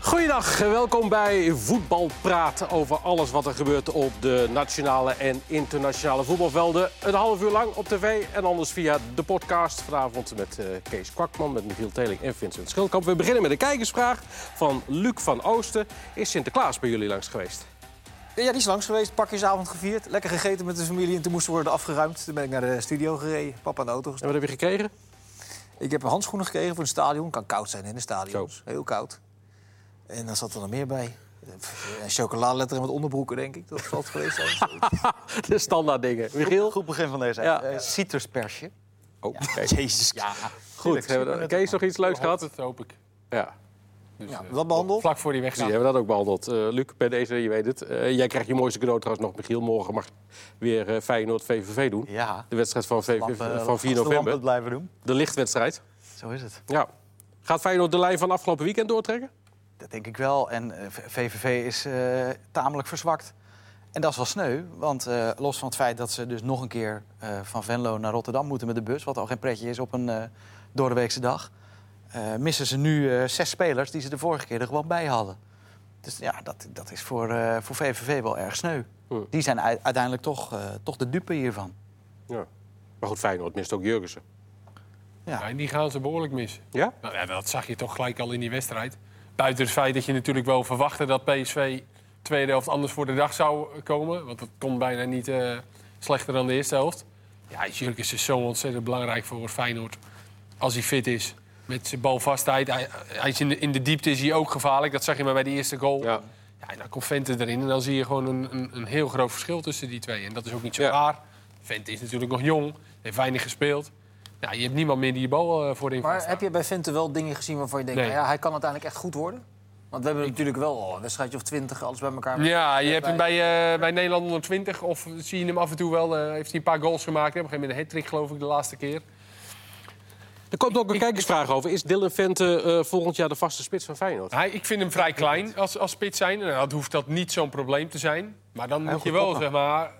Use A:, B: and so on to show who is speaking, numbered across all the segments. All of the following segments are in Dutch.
A: Goedendag, welkom bij Voetbal Praat over alles wat er gebeurt op de nationale en internationale voetbalvelden. Een half uur lang op tv en anders via de podcast. Vanavond met eh, Kees Kwakman, met Michiel Teling en Vincent Schildkamp. We beginnen met een kijkersvraag van Luc van Oosten. Is Sinterklaas bij jullie langs geweest?
B: Ja, die is langs geweest. Pakjesavond gevierd. Lekker gegeten met de familie. En toen moest worden afgeruimd. Toen ben ik naar de studio gereden. Papa in de auto
A: En
B: gestapt.
A: wat heb je gekregen?
B: Ik heb handschoenen gekregen voor het stadion. Kan koud zijn in de stadion.
A: Zo.
B: Heel koud. En dan zat er nog meer bij. Pff, Een chocoladeletter in wat onderbroeken, denk ik. Dat zal het geweest zijn.
A: De standaard dingen. Michiel?
C: Goed begin van deze.
A: Ja.
C: Eh, citruspersje.
A: Oh, oké.
C: Jezus. Ja.
A: Goed. Hebben we- Kees nog iets leuks gehad?
D: Dat hoop ik.
A: Ja.
D: Dus,
B: Ja,
D: eh,
B: dat behandeld.
D: Vlak voor die
A: Precies,
D: weggaan.
A: hebben we dat ook behandeld. Eh, Luc, bij deze, je weet het. Eh, jij krijgt je mooiste cadeau trouwens nog, Michiel. Morgen mag weer eh, Feyenoord-VVV doen.
C: Ja.
A: De wedstrijd van, VV
C: Lampen-
A: van 4
C: als de lampen
A: november.
C: het blijven doen.
A: De lichtwedstrijd.
C: Zo is het.
A: Ja. Gaat Feyenoord de lijn van afgelopen weekend doortrekken?
C: Dat denk ik wel. En eh, V- VVV is eh, tamelijk verzwakt. En dat is wel sneu. Want eh, los van het feit dat ze dus nog een keer eh, van Venlo naar Rotterdam moeten met de bus... wat al geen pretje is op een eh doordeweekse dag... eh, missen ze nu eh, zes spelers die ze de vorige keer er gewoon bij hadden. Dus ja, dat, dat is voor, eh, voor VVV wel erg sneu.
A: Hmm.
C: Die zijn ui- uiteindelijk toch, eh, toch de dupe hiervan.
A: Ja. Maar goed, Feyenoord mist ook Jurgensen.
C: Ja.
D: Ja, die gaan ze behoorlijk mis.
A: Ja?
D: Nou, ja, dat zag je toch gelijk al in die wedstrijd. Buiten het feit dat je natuurlijk wel verwachtte dat PSV tweede helft anders voor de dag zou komen. Want dat kon bijna niet eh, slechter dan de eerste helft. Ja, Jurkens is zo ontzettend belangrijk voor Feyenoord. Als hij fit is, met zijn balvastheid. Hij, hij is in, de, in de diepte is hij ook gevaarlijk. Dat zag je maar bij die eerste goal.
A: Ja.
D: Ja, en dan komt Vente erin en dan zie je gewoon een, een, een heel groot verschil tussen die twee. En dat is ook niet zo
A: Ja.
D: raar. Vente is natuurlijk nog jong, heeft weinig gespeeld. Nou, je hebt niemand meer die je bal eh, voorin
B: Maar heb
D: vasthoudt.
B: je bij Vente wel dingen gezien waarvan je denkt...
D: Nee.
B: nou ja, hij kan uiteindelijk echt goed worden? Want we hebben natuurlijk wel al een wedstrijdje of twintig, alles bij elkaar.
D: Ja, je hebt
B: bij-
D: hem bij, eh, bij Nederland 120 of zie je hem af en toe wel. eh, heeft hij een paar goals gemaakt. Op een gegeven moment een hat-trick, geloof ik, de laatste keer.
A: Er komt ook een kijkersvraag over. Is Dylan Vente eh, volgend jaar de vaste spits van Feyenoord?
D: Hij, ik vind hem vrij klein als, als spits zijn. Nou, dat hoeft dat niet zo'n probleem te zijn. Maar dan moet je wel, zeg maar,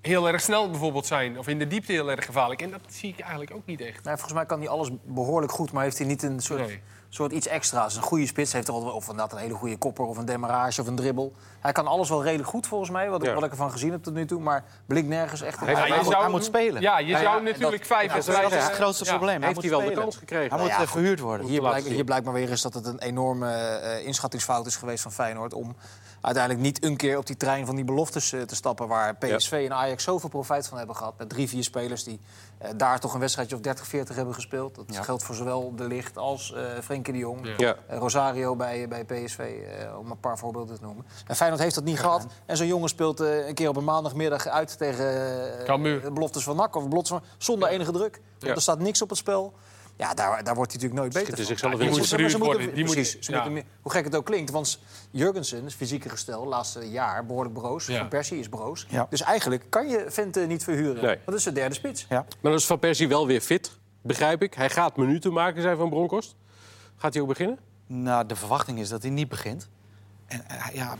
D: heel erg snel bijvoorbeeld zijn. Of in de diepte heel erg gevaarlijk. En dat zie ik eigenlijk ook niet echt.
B: Nou, volgens mij kan hij alles behoorlijk goed, maar heeft hij niet een soort,
D: Nee.
B: soort iets extra's. Een goede spits heeft er altijd, of inderdaad een hele goede kopper of een demarage of een dribbel. Hij kan alles wel redelijk goed volgens mij, wat,
A: Ja.
B: wat ik ervan gezien heb tot nu toe. Maar blikt nergens echt op.
A: Hij-
B: uit.
D: je
C: hij moet- hij moet spelen.
D: Ja, je
B: Ja,
D: zou
B: ja,
D: natuurlijk
B: dat-
D: vijf
B: ja, dat is
C: Dat is het
D: wedstrijden-
C: grootste
D: Ja.
C: probleem. Hij
A: Heeft
C: moet
A: hij wel de
C: spelen.
A: kans gekregen?
C: Hij moet
B: Nou ja,
C: eh, verhuurd worden.
B: Hier,
A: te laten
B: blijk, hier blijkt maar weer eens dat het een enorme eh, inschattingsfout is geweest van Feyenoord... om uiteindelijk niet een keer op die trein van die beloftes eh, te stappen... waar PSV en Ajax zoveel profijt van hebben gehad. Met drie, vier spelers die eh, daar toch een wedstrijdje of 30, 40 hebben gespeeld. Dat
C: Ja.
B: geldt voor zowel De Ligt als eh Frenkie de Jong.
A: Ja.
B: Eh, Rosario bij, bij PSV, eh, om een paar voorbeelden te noemen. En Feyenoord heeft dat niet gehad. En zo'n jongen speelt eh, een keer op een maandagmiddag uit tegen eh,
D: Cambuur.
B: de beloftes van NAC... of de beloftes van, zonder enige druk.
A: Ja.
B: Er staat niks op het spel. Ja, daar, daar wordt hij natuurlijk nooit
A: Schieten
B: beter van.
A: zichzelf
D: Ja,
A: in
D: die
A: de
D: moet
A: voet.
B: Ze- maar ze
D: verhuurd
B: moeten-
D: worden. Die
B: precies,
D: moet-
B: ze
D: ja.
B: moeten meer- hoe gek het ook klinkt. Want Jurgensen is fysieke gestel, laatste jaar behoorlijk broos.
D: Ja.
B: Van Persie is broos.
C: Ja.
B: Dus eigenlijk kan je Vente niet verhuren.
A: Nee.
B: Want dat is de derde spits.
C: Ja.
A: Maar dan is Van Persie wel weer fit, begrijp ik. Hij gaat minuten maken, zei Van Bronckhorst. Gaat hij ook beginnen?
C: Nou, de verwachting is dat hij niet begint. En eh, ja,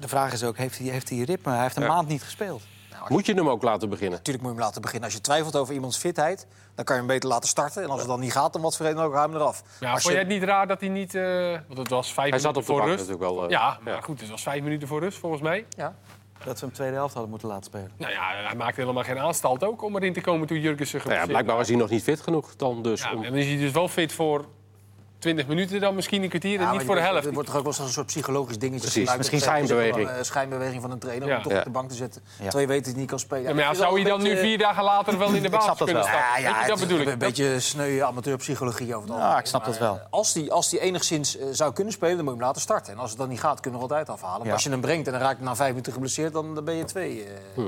C: de vraag is ook, heeft hij, heeft hij ritme? Hij heeft een maand niet gespeeld.
A: Moet je hem ook laten beginnen?
B: Natuurlijk moet je hem laten beginnen. Als je twijfelt over iemands fitheid, dan kan je hem beter laten starten. En als het dan niet gaat, dan wat voor reden dan ook, ruim eraf.
D: Ja,
B: Maar
D: vond jij het niet raar dat hij niet... eh, want het was vijf
A: Hij zat
D: minuten
A: op de
D: voor
A: bank
D: rust.
A: natuurlijk wel. eh.
D: Ja, maar goed, het was vijf minuten voor rust, volgens mij.
B: ja.
C: Dat we hem tweede helft hadden moeten laten spelen.
D: Nou ja, hij maakte helemaal geen aanstalt ook om erin te komen toen Jurgensen
A: Nou ja,
D: geblesseerd
A: blijkbaar was hij nog niet fit genoeg dan dus.
D: Ja,
A: om...
D: en dan is hij dus wel fit voor 20 minuten dan misschien een kwartier
B: Ja,
D: en
B: maar
D: niet
B: je
D: voor de
B: wordt-
D: helft.
B: Er wordt toch ook wel eens een soort psychologisch dingetje
A: Precies,
B: gebruikt.
A: misschien
B: Dat ze-
A: schijnbeweging.
B: eh, schijnbeweging van een trainer
D: Ja.
B: om toch
A: Ja.
B: op de bank te zetten.
C: Ja.
B: Twee weten die niet kan spelen.
D: Ja, maar ja,
B: Ik vind
D: zou hij
B: dat
D: dan
B: een
D: nu
B: beetje-
D: vier dagen later wel in de
C: Ik snap
D: basis
C: dat
D: kunnen
C: wel.
D: stappen?
B: Ja,
D: Weet
B: ja,
D: je,
B: het
D: dat
B: is
D: bedoel
B: Een
D: ik. Dat-
B: beetje sneu amateurpsychologie over het
C: Ja, Nou, ik snap dat wel.
B: Maar, eh, Als die, als die enigszins eh, zou kunnen spelen, dan moet je hem laten starten. En als het dan niet gaat, kunnen we altijd afhalen. Maar
C: Ja.
B: als je hem brengt en dan raakt hij na vijf minuten geblesseerd, dan, dan ben je twee eh,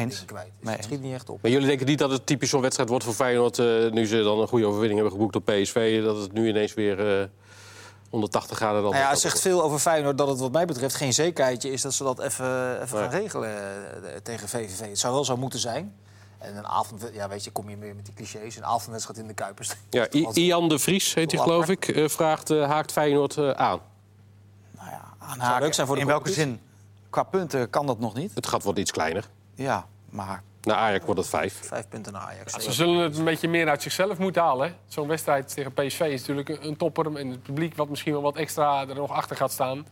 C: Eens.
B: dingen kwijt. Dus
C: Hm. Nee.
B: het schiet niet echt op.
A: Maar jullie denken niet dat het typisch zo'n wedstrijd wordt voor Feyenoord... eh, nu ze dan een goede overwinning hebben geboekt op PSV... dat het nu ineens weer eh 180 graden... Dan
B: Nou ja, het zegt veel over Feyenoord dat het wat mij betreft geen zekerheidje is... dat ze dat even, even gaan regelen eh, tegen VVV. Het zou wel zo moeten zijn. En een avond, ja, weet je, kom je meer met die clichés. Een avondwedstrijd in de Kuipers.
A: Ja, I- Ian de Vries heet hij, geloof ik, eh, vraagt... eh, haakt Feyenoord eh, aan?
C: Nou ja,
B: Zou
C: aanhaken.
B: leuk zijn voor de
C: In welke
B: competitie.
C: zin? Qua punten kan dat nog niet.
A: Het gat wordt iets kleiner.
C: Ja, maar
A: Naar Ajax wordt het vijf.
B: Vijf punten naar Ajax.
D: Ze zullen het een beetje meer uit zichzelf moeten halen. hè. Zo'n wedstrijd tegen PSV is natuurlijk een een topper. En het publiek wat misschien wel wat extra er nog achter gaat staan.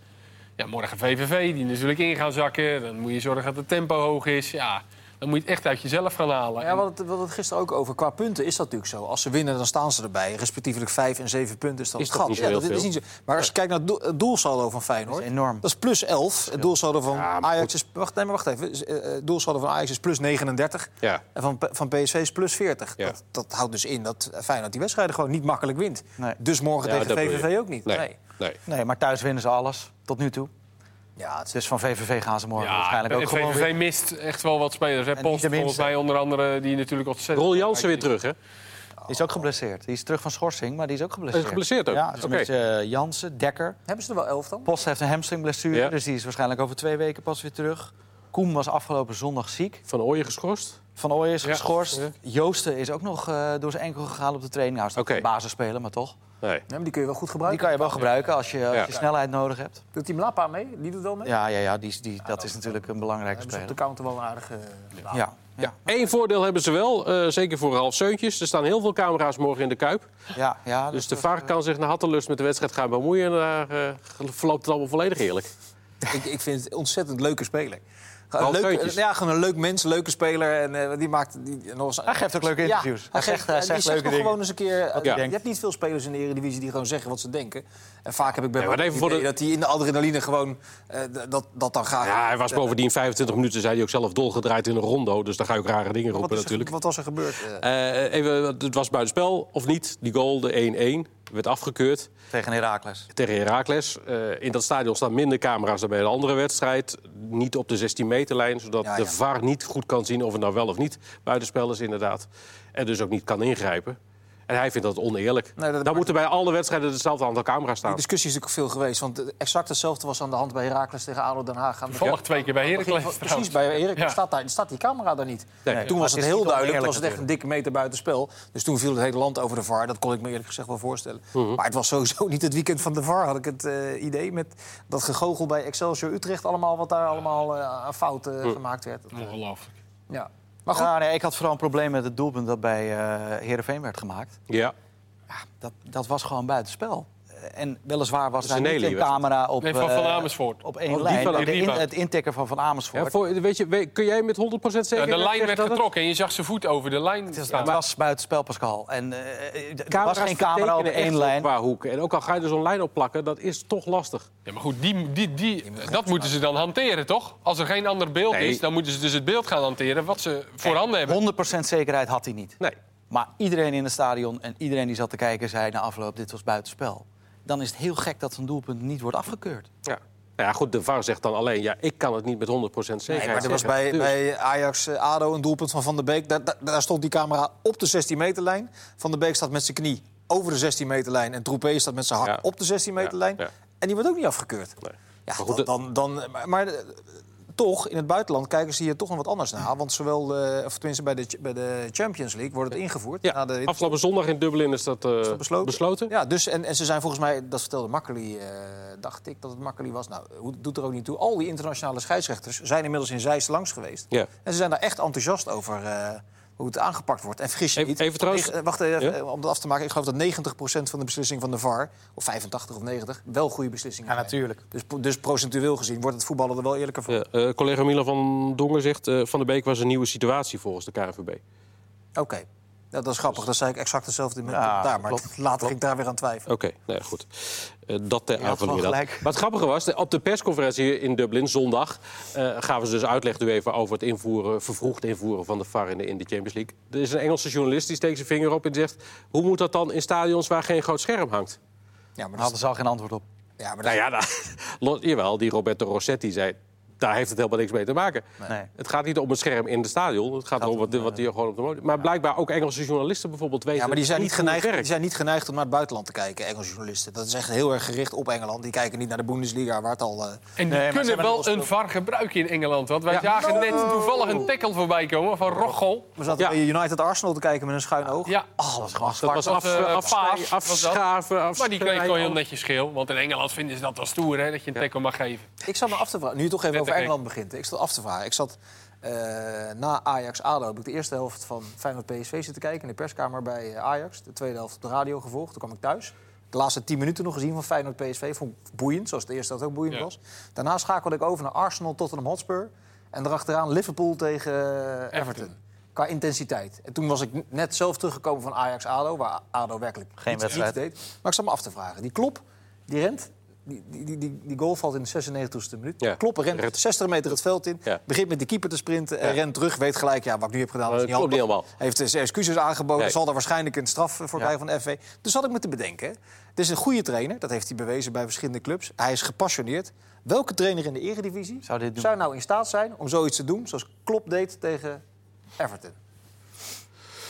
D: Ja, morgen VVV, die natuurlijk in gaan zakken. Dan moet je zorgen dat het tempo hoog is. Ja, dan moet je het echt uit jezelf gaan halen.
B: Ja, we hadden het, we hadden het gisteren ook over. Qua punten is dat natuurlijk zo. Als ze winnen, dan staan ze erbij. Respectievelijk vijf en zeven punten is dat
A: Is
B: het
A: toch
B: gat.
A: niet zo
B: Ja,
A: heel
B: dat is
A: veel?
B: niet zo. Maar als je kijkt naar het doel- het doelsaldo van Feyenoord...
C: Dat is enorm.
B: Dat is plus 11. Het doelsaldo van
A: Ja, maar
B: Ajax is... Wacht, nee, maar wacht even. Is, eh, Het doelsaldo van Ajax is plus 39.
A: Ja.
B: En van, P- van PSV is plus 40.
A: Ja.
B: Dat, dat houdt dus in dat Feyenoord die wedstrijden gewoon niet makkelijk wint.
C: Nee.
B: Dus morgen
A: Ja,
B: tegen
A: dat bedoel
B: VVV
A: je.
B: ook niet.
A: Nee.
B: Nee.
A: nee.
C: Nee, maar thuis winnen ze alles, tot nu toe.
B: Ja, het is-
C: Dus van VVV gaan ze morgen
D: Ja,
C: waarschijnlijk
D: en
C: ook gewoon
D: VVV
C: weer.
D: mist echt wel wat spelers. Hè?
C: niet
D: Post
C: de
D: volgens
C: minste.
D: mij onder andere, die natuurlijk ontzettend...
A: Rol Jansen weer terug, hè?
C: Die is ook geblesseerd. Die is terug van schorsing, maar die is ook
A: Hij
C: geblesseerd.
A: is geblesseerd ook.
C: Ja,
A: Oké.
C: tenminste eh, Jansen, Dekker.
B: Hebben ze er wel elf dan?
C: Post heeft een hamstringblessure,
A: Ja.
C: dus die is waarschijnlijk over twee weken pas weer terug. Koem was afgelopen zondag ziek.
A: Van Ooyen geschorst.
C: Van Ooyen is
D: Ja.
C: geschorst.
D: Ja.
C: Joosten is ook nog eh, door zijn enkel gegaan op de training. Nou, is dat
A: Oké.
C: een basisspeler, maar toch.
A: Nee.
B: Nee, maar die kun je wel goed
C: Die
B: gebruiken.
C: kan je wel gebruiken als je, als
A: Ja.
C: je snelheid nodig hebt.
B: Doet Team Lapa mee? Die doet wel mee?
C: Ja, ja, ja die, is- die, dat is natuurlijk een belangrijke
B: Hebben ze op
C: speler.
B: de counter wel een aardige... Ja.
C: Ja.
A: Ja, één voordeel hebben ze wel, eh, zeker voor Ralf Seuntjes. Er staan heel veel camera's morgen in de Kuip.
C: Ja, ja,
A: Dus de
C: dat-
A: VAR kan zich naar hattelust met de wedstrijd gaan bemoeien. En daar eh, verloopt het allemaal volledig eerlijk.
B: Ik, ik vind het een ontzettend leuke speler.
A: Ralf
B: Gewoon Een leuk,
A: Teuntjes.
B: ja, gewoon een leuk mens, leuke speler. En eh, die maakt die, nog eens...
C: Hij geeft ook leuke
B: Ja,
C: interviews. hij,
B: geeft-
C: zegt, hij
B: die
C: zegt
B: zegt
C: leuke
B: toch
C: dingen.
B: gewoon eens een keer... eh,
A: hij
B: Je
A: denkt.
B: hebt niet veel spelers in de Eredivisie die gewoon zeggen wat ze denken. En vaak heb ik bij
A: Nee, maar
B: Bart
A: even
B: het
A: voor de-
B: idee dat hij in de adrenaline gewoon eh, d- dat, dat dan graag...
A: Ja, hij was bovendien 25 minuten, zei hij ook zelf, dolgedraaid in een rondo. Dus daar ga je ook rare dingen
B: wat,
A: roepen
B: is er-
A: natuurlijk.
B: wat was er gebeurd? eh?
A: Eh, even, het was buitenspel of niet. Die goal, de 1-1, werd afgekeurd.
C: Tegen Herakles.
A: tegen Heracles. Eh, in dat stadion staan minder camera's dan bij een andere wedstrijd. Niet op de 16-meterlijn, zodat
B: Ja,
A: de
B: ja.
A: VAR niet goed kan zien of het nou wel of niet buitenspel is inderdaad. En dus ook niet kan ingrijpen. En hij vindt dat oneerlijk.
B: dat
A: dan
B: maakt-
A: moeten bij alle wedstrijden hetzelfde aantal camera's
B: die
A: staan.
B: discussie is natuurlijk veel geweest. Want eh, exact hetzelfde was aan de hand bij Heracles tegen ADO Den Haag. Aan het
D: Toevallig twee keer bij
B: begin van-
D: Heracles
B: Precies,
D: trouwens.
B: bij Erik
D: Ja.
B: staat, daar, staat die camera daar niet.
A: Nee.
B: Toen
C: Maar
B: was
C: het
B: het
C: is
B: heel
C: niet
B: duidelijk,
C: oneerlijk
B: toen was het echt een dikke meter buitenspel. Dus toen viel het hele land over de VAR. Dat kon ik me eerlijk gezegd wel voorstellen. Maar het was sowieso niet het weekend van de VAR, had ik het eh, idee. Met dat gegogel bij Excelsior Utrecht allemaal, wat daar allemaal eh, aan fouten eh, gemaakt werd.
D: Ongelooflijk.
B: Ja. Maar goed,
C: Ja, nee, ik had vooral een probleem met het doelpunt dat bij eh Heerenveen werd gemaakt.
A: Ja,
C: Dat, dat was gewoon buitenspel. Eh, En weliswaar was
A: is
C: daar
A: een
C: niet
A: hele
C: een
A: was het. Oh,
C: camera op,
D: Nee, van Van
C: eh,
D: Amersfoort.
C: op één
A: die
C: lijn.
A: van-
C: De
D: die
C: in-
D: van-
C: het intikken van Van
A: ja
C: Amersfoort.
A: voor, weet je, weet- kun jij met 100%
D: Ja,
A: zeker
D: Eh, de lijn
A: zeggen
D: werd
A: dat het-
D: getrokken en je zag zijn voet over de lijn
C: Het
D: staan.
C: was buitenspel, Pascal. En eh, eh, er was
A: Camera's
C: geen camera op
A: vertekenen echt
C: één lijn.
A: Qua hoek. En ook al ga je er zo'n lijn op plakken, dat is toch lastig.
D: Ja, maar goed, die, die, die, dat moeten ze dan hanteren, toch? Als er geen ander beeld
A: Nee.
D: is, dan moeten ze dus het beeld gaan hanteren wat ze
C: Kijk,
D: voorhanden hebben.
C: 100% zekerheid had hij niet.
A: Nee.
C: Maar iedereen in het stadion en iedereen die zat te kijken zei na afloop: dit was buitenspel. Dan is het heel gek dat zo'n doelpunt niet wordt afgekeurd.
A: Ja. Nou ja, goed, de VAR zegt dan alleen, ja, ik kan het niet met 100% zekerheid
B: Nee, maar er was
A: zeggen.
B: bij,
A: Dus-
B: bij Ajax-Ado een doelpunt van Van der Beek. Daar, daar, daar stond die camera op de 16-meterlijn. Van der Beek staat met zijn knie over de 16-meterlijn. En Troepé staat met zijn hak
A: Ja.
B: op de 16-meterlijn.
A: Ja, ja.
B: En die wordt ook niet afgekeurd.
A: Nee.
B: Ja,
A: Maar goed,
B: dan, dan, dan- maar, maar, eh, toch, in het buitenland kijken ze hier toch nog wat anders naar. Want zowel, eh, of tenminste bij de, ch- bij de Champions League wordt het ingevoerd.
A: Ja,
B: na de,
A: afgelopen zondag in Dublin is dat, eh,
B: dat
A: besloten.
B: besloten? Ja, dus, en, en ze zijn volgens mij, dat vertelde Makkeli, eh, dacht ik dat het Makkeli was. Nou, hoe- doet er ook niet toe. Al die internationale scheidsrechters zijn inmiddels in Zeist langs geweest.
A: Ja.
B: En ze zijn daar echt enthousiast over eh, hoe het aangepakt wordt. En vergis je
A: Even-
B: niet.
A: even trouwens-
B: eh, wacht even,
A: Ja?
B: eh, om dat af te maken. Ik geloof dat 90% van de beslissing van de VAR, of 85 of 90, wel goede beslissingen zijn. Dus, po- dus procentueel gezien wordt het voetballen er wel eerlijker van.
A: Ja, eh, collega Mila van Dongen zegt... eh, Van der Beek was een nieuwe situatie volgens de KNVB.
B: Oké. Ja, dat is grappig. Dat zei ik exact hetzelfde in mijn
C: Ja,
B: commentaar, Maar
C: klopt.
B: later ging ik daar weer aan twijfelen.
A: Oké, nou ja, goed. Eh, dat ter
C: Je had
A: aan van
C: gewoon
A: Mila. Maar
C: gelijk.
A: het grappige was, de- op de persconferentie in Dublin zondag... eh, gaven ze dus uitleg nu even over het invoeren, vervroegd invoeren van de VAR in de, in de Champions League. Er is een Engelse journalist die steekt zijn vinger op en zegt... hoe moet dat dan in stadions waar geen groot scherm hangt?
B: Ja, maar
C: Daar
B: dat,
C: hadden ze al geen antwoord op.
B: ja, maar dat-
A: Nou ja, nou, lo- jawel, die Roberto Rossetti zei... daar heeft het helemaal niks mee te maken.
C: Nee.
A: Het gaat niet om het scherm in het stadion. Het gaat erom wat, wat hier gewoon op de motor... Maar blijkbaar ook Engelse journalisten bijvoorbeeld weten...
B: Ja, maar die zijn, niet
A: hoe het
B: geneigd, die
A: werkt.
B: zijn niet geneigd om naar het buitenland te kijken, Engelse journalisten. Dat is echt heel erg gericht op Engeland. Die kijken niet naar de Bundesliga, waar het al... eh,
D: En die
C: Nee, maar ze
D: kunnen
C: hebben
D: wel
C: het wel
D: een VAR gebruiken in Engeland. Want wij zagen
C: Oh.
D: net toevallig een tackle voorbij komen van Rochel.
B: We zaten
A: Ja.
B: bij United Arsenal te kijken met een schuin oog.
D: Ja.
B: Alles was
A: Dat was af,
D: was, eh,
A: afsnij-
D: paas, was dat.
A: afschaven,
D: Maar die kreeg gewoon heel
A: afsnijden.
D: netjes geel. Want in Engeland vinden ze dat wel stoer, hè, dat je een tackle mag geven.
B: Ik zat me af te vragen, nu je toch even
D: Net
B: over
D: oké.
B: Engeland begint. hè. Ik zat af te vragen. Ik zat eh, na Ajax-ADO heb ik de eerste helft van Feyenoord PSV zitten kijken... in de perskamer bij eh, Ajax. De tweede helft op de radio gevolgd. Toen kwam ik thuis. De laatste tien minuten nog gezien van Feyenoord PSV. Vond ik boeiend, zoals de eerste helft ook boeiend
D: Ja.
B: was. Daarna schakelde ik over naar Arsenal, Tottenham Hotspur. En daarachteraan Liverpool tegen eh, Everton. Qua intensiteit. En toen was ik n- net zelf teruggekomen van Ajax-ADO... waar ADO werkelijk
C: Geen
B: niets-
C: wedstrijd.
B: niets deed. Maar ik zat me af te vragen. Die klop, die rent... Die, die, die- die, die goal valt in de 96e minuut.
A: Ja.
B: Kloppen rent
A: Rent
B: 60 meter het veld in.
A: Ja.
B: Begint met de keeper te sprinten. En
A: Ja.
B: rent terug. Weet gelijk, ja, wat ik nu heb gedaan
A: Maar
B: was
A: dat
B: niet
A: klopt
B: handig.
A: niet helemaal.
B: Heeft zijn excuses aangeboden.
A: Nee.
B: Zal daar waarschijnlijk een straf voor
C: Ja.
B: krijgen van de FV. Dus had ik me te bedenken. hè. Het is een goede trainer. Dat heeft hij bewezen bij verschillende clubs. Hij is gepassioneerd. Welke trainer in de eredivisie
C: Zou dit doen?
B: nou in staat zijn om zoiets te doen... zoals Klopp deed tegen Everton?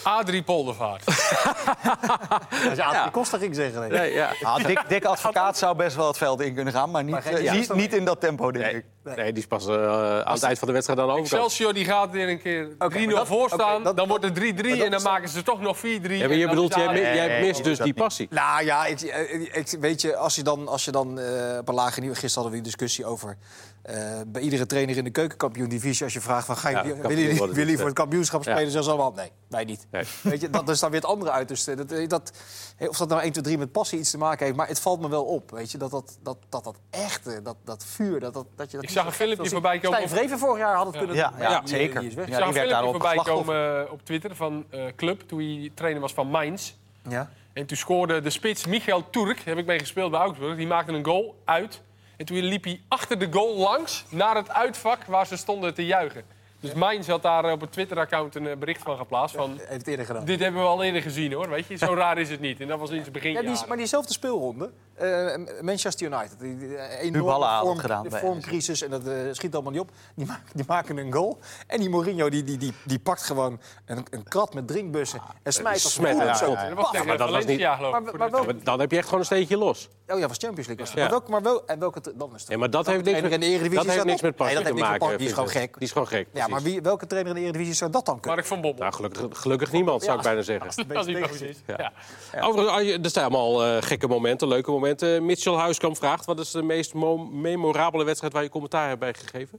D: Adrie Poldervaart.
B: Dat is ja. Costa ging ik zeggen. nee.
A: Nee, ja.
C: Ah, dik, dik advocaat zou best wel het veld in kunnen gaan, maar niet,
B: Maar geen-
C: eh,
B: ja.
C: niet, niet in dat tempo, denk
A: Nee,
C: ik.
A: nee, die is pas eh, aan het eind van de wedstrijd aan de overkant.
D: Excelsior die gaat weer een keer 3-0
B: maar dat-
D: voor staan.
B: oké, dat-
D: dan wordt het 3-3 en
B: dat
D: dan
B: is-
D: maken ze toch nog 4-3.
A: Ja, maar
D: en
A: je
D: dan
A: bedoelt,
D: is
A: jij,
D: daar-
A: mi- jij
C: nee,
A: mist dus
C: dat
A: die
C: niet.
A: passie.
B: Nou ja, ik, eh, ik- weet je, als je dan, als je dan eh, op een lager niveau... Gisteren hadden we die discussie over eh, bij iedere trainer in de keukenkampioen-divisie... als je vraagt, van, ga je,
A: Ja,
B: willen
A: kampioen
B: jullie-
A: worden
B: willen jullie
A: dit,
B: voor het kampioenschap
A: ja.
B: spelen? Zeggen ze allemaal, nee, wij niet.
A: Nee.
B: Weet je, dat is dan weer het andere uit. Dus eh, dat, dat, eh, of dat nou 1, 2, 3 met passie iets te maken heeft... maar het valt me wel op, weet je, dat dat, dat, dat, dat echte, dat, dat vuur... Dat, dat, dat je dat
D: Ik
B: niet
D: zag
B: zo
D: een
B: gek
D: filmpje
B: wil zien.
D: voorbij komen
B: Stijn
D: op-
B: Vreven vorig jaar had het kunnen
C: Ja,
B: doen,
C: ja,
B: maar die- die
C: zeker.
B: is weg.
C: Ja,
D: Ik zag
C: die werd
D: een filmpje
C: daarop
D: voorbij
C: geslachtoffer.
D: komen eh, op Twitter van eh, Club, toen hij trainer was van Mainz.
B: Ja.
D: En toen scoorde de spits Michael Turk, heb ik mee gespeeld bij Augsburg. Die maakte een goal uit. En toen liep hij achter de goal langs naar het uitvak waar ze stonden te juichen. Dus Mainz had daar op het Twitter-account een eh, bericht van geplaatst. Van,
B: Heeft het eerder gedaan.
D: dit hebben we al eerder gezien hoor, weet je. Zo raar is het niet. En dat was in het begin.
B: Ja, die, maar diezelfde speelronde. eh, Manchester United. Die, die, eh, enorme
C: Halla had het
B: vorm-
C: gedaan bij
B: vormcrisis en dat eh, schiet allemaal niet op. Die, ma- die maken een goal. En die Mourinho die, die, die, die pakt gewoon een, een krat met drinkbussen. En smijt als
A: Ah, Smijt,
B: een
A: ja,
B: zo.
A: ja, ja.
D: Dat was
B: Paf!
D: tegen
A: maar dat was
D: Valencia,
A: niet-
D: geloof ik.
B: Maar, maar, wel,
A: Maar Dan heb je echt gewoon een steentje los.
B: oh ja, was Champions League. Was het.
A: Ja.
B: Maar, welke, maar wel, en welke, tra- dat is het.
A: Ja, maar dat heeft niks,
B: trainer in de Eredivisie
A: dat heeft
B: staat
A: niks
B: op.
A: met passie
B: Nee, dat
A: te
B: heeft niks met
A: maken.
B: passie. Die is
A: Vincent.
B: gewoon gek.
A: Die is gewoon gek,
B: ja, maar
A: precies.
B: wie, welke trainer in de Eredivisie zou dat dan kunnen?
D: Mark van Bommel.
A: Nou, gelukkig, gelukkig niemand, zou ik bijna zeggen.
D: dat is niet
B: Beetje
D: precies.
A: Ja.
D: Ja.
A: Overigens, als je- er staan allemaal eh, gekke momenten, leuke momenten. Mitchell Huiskamp vraagt, wat is de meest mo- memorabele wedstrijd waar je commentaar hebt bij gegeven?